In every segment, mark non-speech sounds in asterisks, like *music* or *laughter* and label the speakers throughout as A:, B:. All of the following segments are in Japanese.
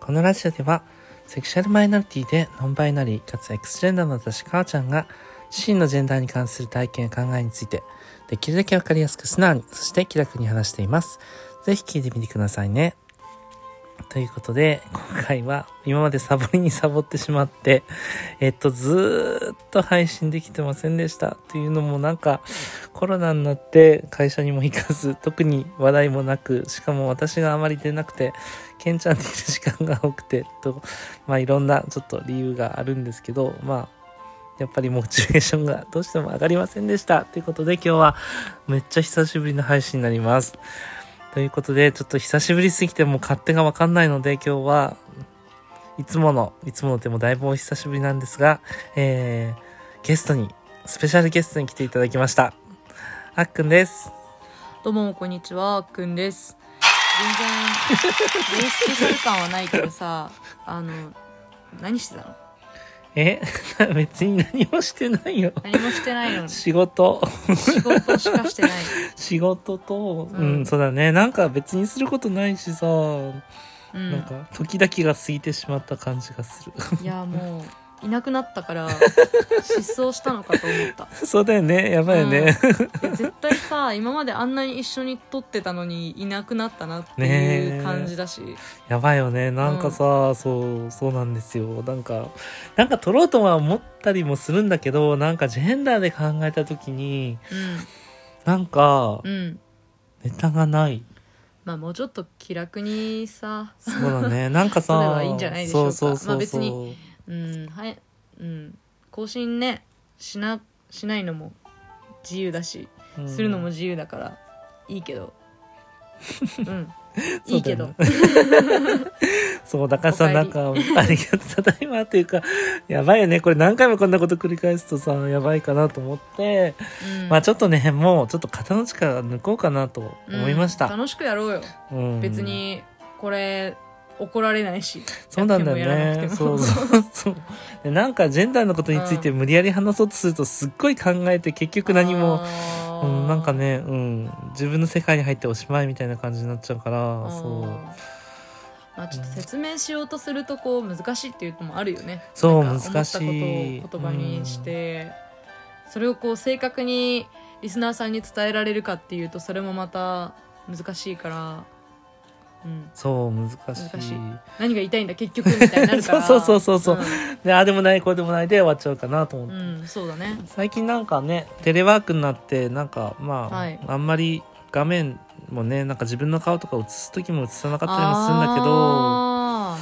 A: このラジオでは、セクシャルマイノリティでノンバイナリーかつエクスジェンダーの私、かーちゃんが、自身のジェンダーに関する体験や考えについて、できるだけわかりやすく素直に、そして気楽に話しています。ぜひ聞いてみてくださいね。ということで、今回は今までサボりにサボってしまって、 *laughs* えっと、ずーっと配信できてませんでした。というのもなんか、コロナになって会社にも行かず、特に話題もなく、しかも私があまり出なくて、ケンちゃんでいる時間が多くて、と、 *laughs* まあいろんなちょっと理由があるんですけど、まあ、やっぱりモチベーションがどうしても上がりませんでした。ということで今日はめっちゃ久しぶりの配信になります。ということで、ちょっと久しぶりすぎてもう勝手がわかんないので、今日はいつもの、いつものでもだいぶお久しぶりなんですが、えー、ゲストに、スペシャルゲストに来ていただきました。あっくんです。
B: どうもこんにちはくんです全然レースペシャル感はないけどさあの何してたの
A: え *laughs* 別に何もしてないよ。
B: 何もしてないの仕
A: 仕事、
B: 事しかしてない
A: 仕事と、う、
B: うんん
A: そうだね。なんか別にすることないしさ、
B: うん
A: なんか時々が過ぎてしまった感じがする。 *laughs*
B: いやもういなくなったから失踪したのかと思った
A: そうだよね。やばいよね。
B: いや絶対さ今まであんなに一緒に撮ってたのにいなくなったなって
A: ね
B: い
A: え
B: う感じだし、
A: *laughs* やばいよね。なんかさ、そう、そうなんですよ。なんか、なんか撮ろうとは思ったりもするんだけど、なんかジェンダーで考えた時に、なんか
B: う、んうん
A: ネタがない。
B: まあもうちょっと気楽にさ
A: そうだ
B: *laughs*
A: ね。なんか
B: 撮れ
A: さ、
B: ばいいんじゃないでしょうか
A: そうそうそうそう。
B: まあ別にうんはい、うん、更新ねしなしないのも自由だし、
A: うん
B: するのも自由だからいい
A: *laughs*
B: けどう
A: そう
B: ん
A: だよね
B: いい
A: *laughs*
B: けど、
A: そう、だからさ、
B: おか
A: な
B: え
A: ん
B: り
A: か、ありがとう、ただいまっていうか、やばいよね。これ何回もこんなこと繰り返すとさ、やばいかなと思って、
B: うん
A: まあちょっとね、もうちょっと肩の力抜こうかなと思いまし
B: うん
A: た。
B: 楽しくやろうよ
A: うん
B: 別にこれ怒られないし
A: そうなんだ
B: やってもやら
A: よね。
B: なくて
A: そ
B: も
A: うそうそう。でなんかジェンダーのことについて無理やり話そうとするとすっごい考えて結局何も、
B: あ
A: う
B: ー
A: ん、なんかね、うん、自分の世界に入っておしまいみたいな感じになっちゃうか
B: あ
A: ら、
B: ー
A: そう。
B: まあちょっと説明しようとするとこう難しいっていうのもあるよね
A: そう、
B: なんか
A: 難しい。
B: 思ったことを言葉にして、それをこう正確にリスナーさんに伝えられるかっていうとそれもまた難しいから、うん
A: うん、そう、難しい。
B: 難し何が言いたいんだ結局みたいになるから
A: *laughs* そうそうそうそうそ
B: ん
A: で、ああでもない、こうでもないで終わっちゃうかなと思って。
B: うん、そうだね
A: 最近なんかねテレワークになってなんかまあ、
B: はい
A: あんまり画面もねなんか自分の顔とか映す時も映さなかったりもするんだけど
B: あ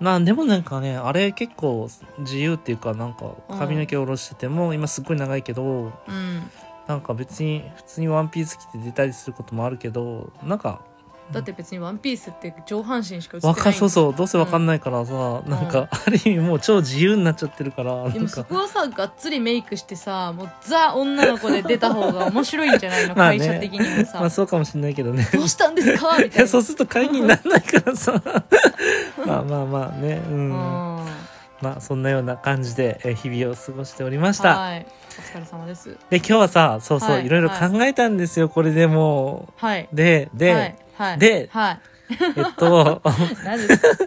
A: なんでもなんかねあれ結構自由っていうかなんか髪の毛下ろしてても、今すっごい長いけど
B: ーうん
A: なんか別に普通にワンピース着て出たりすることもあるけどなんか
B: だって別に「ワンピースって上半身しか映って
A: わ
B: な
A: か
B: い
A: そうそうどうせわかんないからさ、なんかある意味もう超自由になっちゃってるからな
B: で
A: ん
B: もそ
A: か。
B: こはさがっつりメイクしてさもうザ女の子で出た方が面白いんじゃないの
A: まあね
B: 会社的にもさ、
A: まあそうかもしれないけどね。
B: どうしたんですかみ
A: い
B: たい
A: や
B: な
A: *laughs* そうすると会議にならないから
B: *laughs*
A: さまあまあまあねうん
B: うん
A: まあそんなような感じでえー日々を過ごしておりました
B: はい。お疲れ様です。
A: で今日はさそうそう、、
B: はいい
A: ろいろ考えたんですよこれでも
B: はい。
A: うでで、
B: はい、はい、
A: で
B: はい。
A: えっと *laughs*
B: なぜですか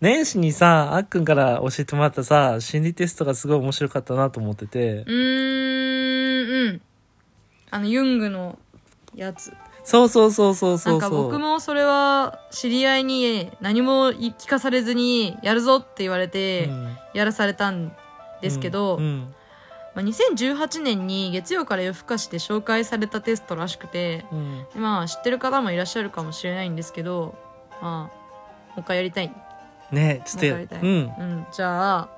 A: 年始にさあっくんから教えてもらったさ心理テストがすごい面白かったなと思ってて
B: うーん、うん。あの、ユングのやつ。
A: そうそうそうそうそう
B: なんか
A: そう
B: 僕もそれは、知り合いに何も聞かされずに、やるぞって言われて、
A: うん
B: やらされたんですけど、
A: うんうん
B: まあ、2018年に月曜から夜更かしで紹介されたテストらしくて、
A: うん
B: まあ、知ってる方もいらっしゃるかもしれないんですけど、まあ、もう一回やりたい。
A: ねちょっと
B: わかりたい
A: うん
B: うん、じゃあ、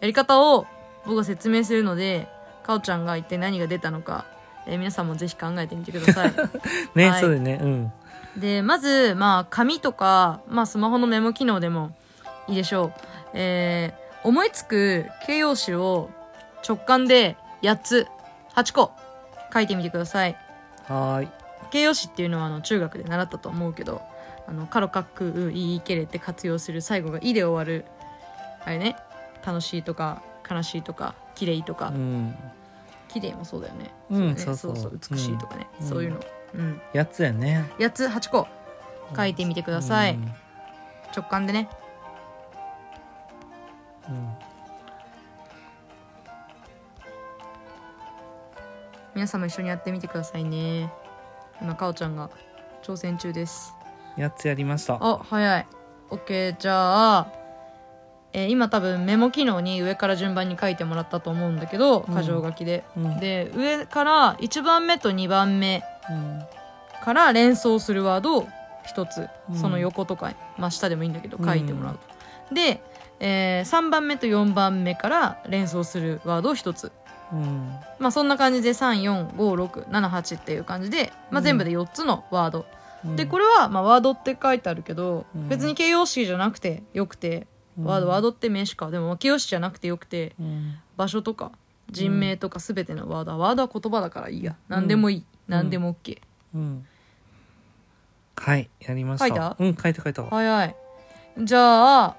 B: やり方を僕が説明するので、かおちゃんが一体何が出たのか、えー皆さんもぜひ考えてみてください。
A: ね、
B: はい
A: そうだよねうん
B: で、まず、まあ、紙とか、まあ、スマホのメモ機能でもいいでしょう。えー思いつく形容詞を直感で8つ、8個書いてみてください。
A: はーい
B: 形容詞っていうのはあの中学で習ったと思うけどあのカロカックウイイケレって活用する最後が「イ」で終わるあれね楽しいとか悲しいとか綺麗とか、
A: うん
B: 綺麗もそうだよね,、
A: うん
B: そうだね
A: そうそう
B: 美しいとかね、
A: うん
B: そういうの、うん、
A: やつやね
B: 8つ8個書いてみてください、
A: うん
B: 直感でね
A: うん
B: 皆さんも一緒にやってみてくださいね今かおちゃんが挑戦中です
A: やつやりました
B: あ早い OK じゃあ、えー今多分メモ機能に上から順番に書いてもらったと思うんだけど
A: うん
B: 箇条書きで、
A: うん
B: で上から1番目と2番目
A: うん
B: から連想するワードを一つ
A: うん
B: その横とか、まあ、下でもいいんだけど
A: うん
B: 書いてもらうと、で、え3番目と4番目から連想するワードを一つ
A: うん
B: まあそんな感じで345678っていう感じで、まあ、全部で4つのワード、
A: うん
B: でこれは、まあ、ワードって書いてあるけど、
A: うん
B: 別に形容詞じゃなくてよくて、ワードワードって名詞かでもまあ形容詞じゃなくてよくて
A: うん
B: 場所とか人名とか全てのワードは、ワードは言葉だからいいや何でもいい、何でも OK、
A: うんはいやりました
B: 書いた
A: うん書いた書いた
B: 早いじゃあ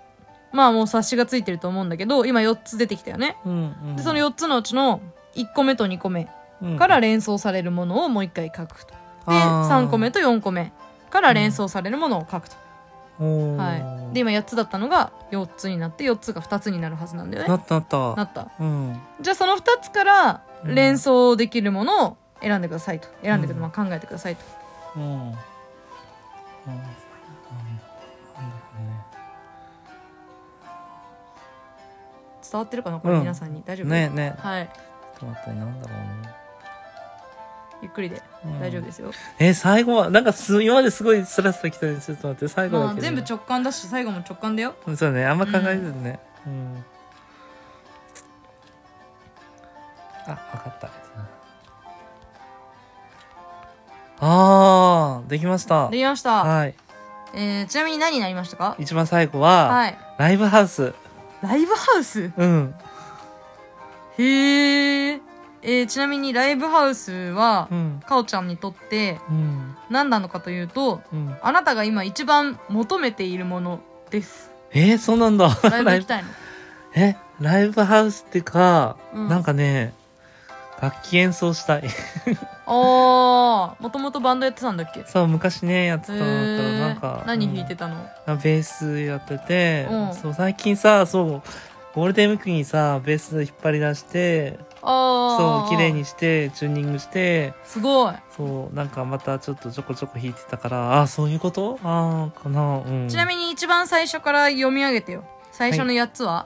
B: まあもう冊子がついてると思うんだけど今4つ出てきたよね
A: うんうん
B: でその4つのうちの1個目と2個目
A: うん
B: から連想されるものをもう1回書くとで
A: あー
B: 3個目と4個目から連想されるものを書くと、
A: おー
B: はい、で今8つだったのが4つになって4つが2つになるはずなんだよ
A: な
B: ね
A: ったなった
B: なった
A: うん
B: じゃあその2つから
A: うん
B: 連想できるものを選んでくださいと選んでくだ、
A: うん
B: まあ、考えてくださいと
A: うんうんうんなんだ
B: 伝わってるかなこれ
A: うん
B: 皆さんに、大
A: ろ
B: 丈
A: う
B: 夫
A: ねねえねえ
B: は
A: ち
B: い
A: ょっと待ってなんだろうね
B: ゆっくりで
A: うん
B: 大丈夫ですよ、
A: え最後はなんかす今まですごいスラスラきたんですちょっと待って最後
B: ま
A: だ
B: あ
A: け
B: 全部直感だし最後も直感だよ
A: 部そうだねあんま考えずにねうん、あわかったあーできました
B: できました、
A: はい
B: えーちなみに何になりましたか
A: 一番最後は、
B: はい
A: ライブハウス
B: ライブハウス
A: うん
B: へーえーちなみにライブハウスは、
A: うん
B: かおちゃんにとって
A: うん
B: 何なのかというと
A: うん
B: あなたが今一番求めているものです。
A: えー、そう *laughs* なんだ
B: ライブ行きた
A: *laughs*
B: いの。
A: えライブハウスってか、
B: うん
A: なんかね楽器演奏したい *laughs*
B: ああ、もともとバンドやってたんだっけ。へ
A: そう昔ねやってたのだから
B: え
A: なんか
B: 何弾い
A: うん
B: てたの？
A: あベースやってて、
B: うん
A: そう最近さそうゴールデンウィークにさベース引っ張り出して
B: あ
A: そ
B: あ、
A: う綺麗に。してチューニングして
B: すごい。
A: そうなんかまたちょっとちょこちょこ弾いてたからあそういうことああかなうん
B: ちなみに一番最初から読み上げてよ。最初の八つは、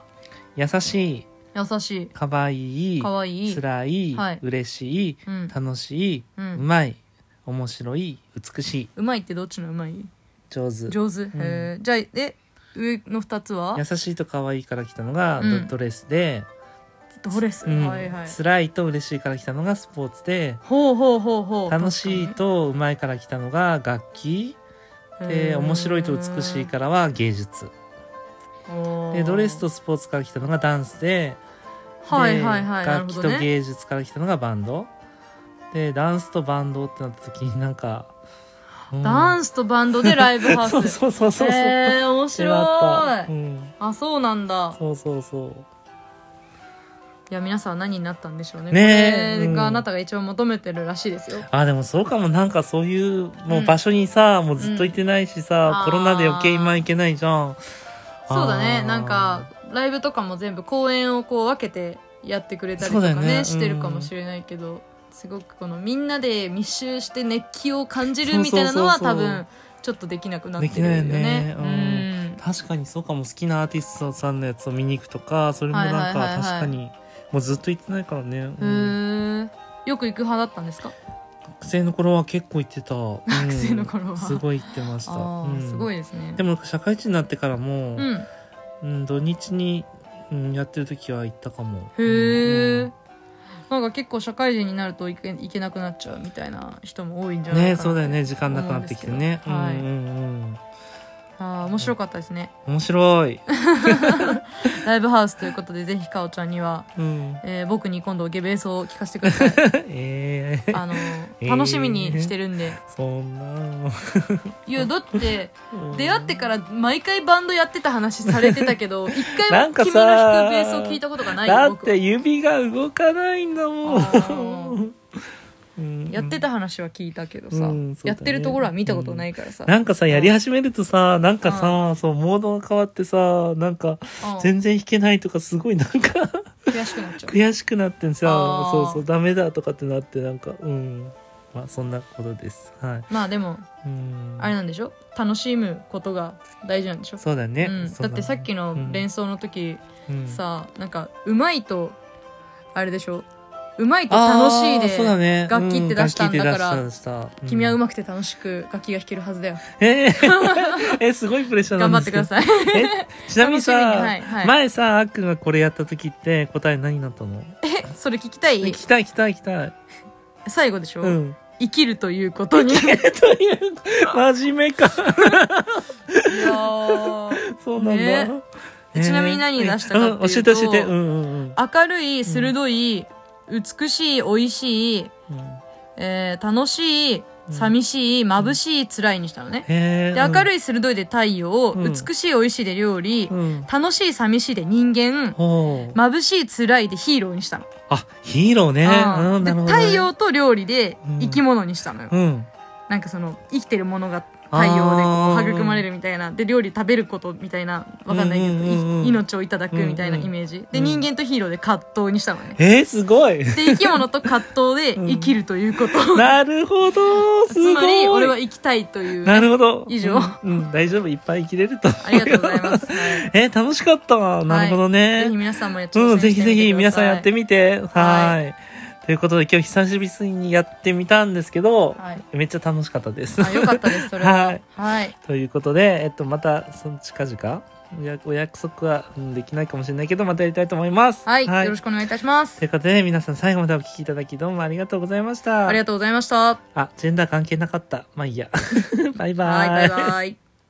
A: 優しい
B: 優し
A: かわい
B: い、
A: い
B: 可愛い、
A: 辛い、
B: はい
A: 嬉しい
B: うん、
A: 楽しい、
B: う、
A: うんまい面白い美しいう
B: まいってどっちのうまい？
A: 上手
B: 上手。へえ。じゃあで上の二つは
A: 優しいと可愛いから来たのがド,、
B: うん
A: レスで、
B: ドレス。
A: うん
B: はいはい。
A: 辛いと嬉しいから来たのがスポーツで
B: ほうほうほうほう。
A: 楽しいとうまいから来たのが楽器
B: 確かに、
A: で面白いと美しいからは芸術
B: ら
A: でドレスとスポーツから来たのがダンスで
B: はい
A: で
B: はいはい。なる
A: 楽
B: ほ
A: 器
B: ど
A: と
B: ね。
A: 芸術から来たのがバンドでダンスとバンドってなった時になんか、
B: ダンスとバンドでライブハウ
A: ス
B: ス。
A: そうそうそうそうそう、
B: えー、面
A: ってな
B: 白
A: っ
B: い
A: た、う。ん、
B: あ、そうなんだ。
A: そうそうそう
B: いや、皆さんは何になったんでしょうね。
A: ねえ
B: これ
A: うん
B: があなたが一番求めてるらしいですよ。
A: あでもそうかもなんかそういうも
B: うん
A: う場所にさ、もうずっと行ってないし
B: うん
A: さ
B: あ、ー
A: コロナで余計今行けないじゃん
B: そうだ
A: あ
B: ね。
A: ー
B: なんか、ライブとかも全部公演をこう分けてやってくれたりと
A: そうだ
B: か
A: よ
B: ね、
A: ね
B: してるかもしれないけど、すごくこのみんなで密集して熱気を感じるみたいなのは
A: そうそう
B: 多
A: そうそう
B: 分、ちょっとできなくなってるよ
A: できない
B: ね
A: よね。うん確かにそうかも好きなアーティストさんのやつを見に行くとかそれもなん
B: はいはいはい
A: か
B: はい
A: 確かにもうずっと行ってないからね、うん
B: うん。へえ。よく行く派だったんですか
A: 学生の頃は結構行ってた、うん
B: 学生の頃は
A: すごい行ってました、
B: あ
A: う
B: あ、
A: ん
B: すごいですね
A: で。も社会人になってからも、
B: うん。
A: うん土日に、うん、やってる時は行ったかも
B: へえ、なんか結構社会人になるといけいけなくなっちゃうみたいな人も多いんじゃないか
A: ね
B: な
A: そうだよね時間なくなってきてね
B: 思うんです
A: うん
B: けど
A: うんうん
B: あー面白かったですね
A: 面白い、
B: ライブハウスということでぜひかおちゃんには、 *laughs*
A: うん、
B: えー僕に今度ゲベースを聞かせてくだ
A: *laughs*
B: さい
A: ええ
B: あのー
A: えー
B: 楽しみにしてるんで、
A: そんない
B: やだって
A: うん
B: 出会ってから毎回バンドやってた話されてたけど一
A: *laughs* な
B: 回
A: ん
B: も
A: か
B: 君
A: さ
B: の弾くベースを聞いたことがないよ
A: だっ
B: 僕
A: て指が動かないんだも
B: あー
A: ん、うん
B: やってた話は聞いたけどさ、
A: うんそうだね
B: やってるところは見たことないからさ、
A: なんかさ、やり始めるとさ、なんかさ、そう、モードが変わってさ、なんか、
B: うん
A: 全然弾けないとか、すごい
B: *laughs*
A: なんか、
B: 悔しくなっちゃう
A: 悔しくなってさ
B: あ、ー
A: そうそう、ダメだとかってなって、なんか、うん。まあ、そんなことです。はい。
B: まあでも
A: うん。
B: あれなんでしょ楽しむことが大事なんでしょ
A: そうだね。
B: うん、
A: そう
B: だってさっきの連
A: 想、
B: 想の時、
A: うん、
B: さなんかうまいとあれでしょうまいと楽しい
A: あーそうだ
B: で、
A: ね
B: 楽器って出したんだから
A: う楽器って出した出した
B: 君はう
A: ま
B: まくて楽しく楽器が弾けるはずだよ
A: えーえすごいプレッシャーな
B: *laughs* 頑張
A: ん
B: っ
A: です
B: て
A: け
B: く
A: ど *laughs*
B: ださい *laughs*
A: えちなみにさ
B: 楽しみにはいはい
A: 前さあっくんがこれやった時って答え何だったの
B: それ聞きた
A: え聞
B: い
A: きたい聞きたい聞きたい
B: 最後でしょ、
A: うん *laughs*
B: 生きるということにいや
A: という真面目か *laughs*
B: ー
A: そうなんだ、
B: ね
A: えー
B: ちなみに何出したかっていうと
A: ん教えて教えてうんうんうん
B: 明るい鋭い、美しい美味しい、
A: うん
B: えー楽しい
A: うん
B: 寂しい眩しい辛いにしたのね、
A: へ
B: で明る
A: い、
B: い鋭いで太陽、
A: うん
B: 美しい美味しいで料理、
A: うん、
B: 楽しい寂しいで人間
A: ほう
B: 眩しい辛いでヒーローにしたの、
A: あヒーローね
B: う
A: うんん
B: で
A: なるほど、ね、
B: 太陽と料理で生き物にしたのよ、
A: うん
B: なんかその生きてるものが太陽でこう育まれるみたいなで料理食べることみたいなわかんないけど、
A: うんうんうんうん
B: い命をいただくみたいなイメージ、で
A: うん
B: 人間とヒーローで葛藤にし
A: *laughs*
B: たのね
A: えー、すごい
B: で生き物と葛藤で生きるということ、
A: *laughs* なるほ
B: *laughs*
A: ど、すごい。
B: つまり俺は生きたいという
A: なるほど。
B: 以上
A: うん、うん大丈夫、いっぱい生きれると思う
B: ありがとうございます、は
A: *laughs* え、楽しかった。なるほど
B: いぜひ
A: ね。
B: 皆さんもやって
A: うん、ぜひぜひ皆さんやって
B: み
A: みて。は。
B: はい
A: ということで今日久しぶりにやってみたんですけど
B: てく、ださいはい
A: めっちゃ楽しかったです。
B: あよか
A: *laughs*
B: ったですそれは
A: は
B: はいい、
A: ということで、えっと、また、その近々、お約お約束はうんできないかもしれないけど、またやりたいと思います。
B: はいよろし
A: く。
B: くお願いいたします
A: ということで、皆さん最後までお聞きいただき、どうもありがとうございました。
B: ありがとうございました。は *laughs*
A: あ、ジェンダー関係なかった。まあいいや。バイ
B: い、
A: バイ。
B: バイバイ。